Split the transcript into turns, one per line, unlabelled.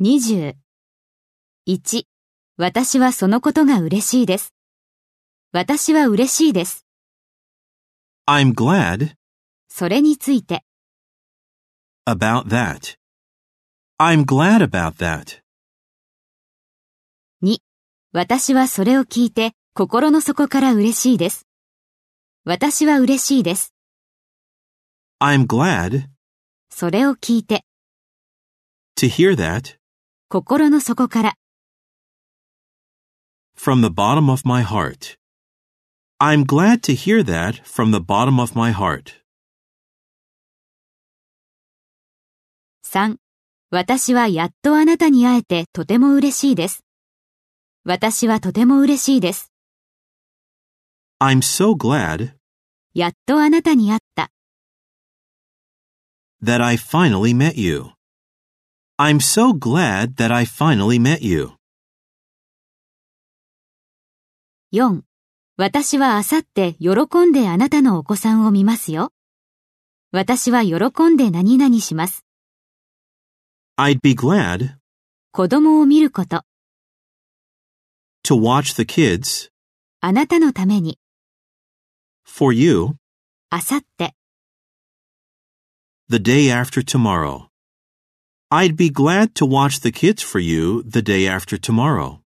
20。1、私はそのことが嬉しいです。私は嬉しいです。
I'm glad
それについて、
about that. I'm glad about that.
私はそれを聞いて心の底から嬉しいです。私は嬉しいです。
I'm glad
それを聞いて
to hear that
心の底から。
from the bottom of my heart. I'm glad to hear that from the bottom of my heart.
3、私はやっとあなたに会えてとても嬉しいです。私はとても嬉しいです。
I'm so glad
やっとあなたに会った。
that I finally met you. I'm so glad that I finally met you.
4. 私はあさって喜んであなたのお子さんを見ますよ。私は喜んで何々します。
I'd be glad
子供を見ること、
to watch the kids
あなたのために、
for you
あさって、
the day after tomorrow. I'd be glad to watch the kids for you the day after tomorrow.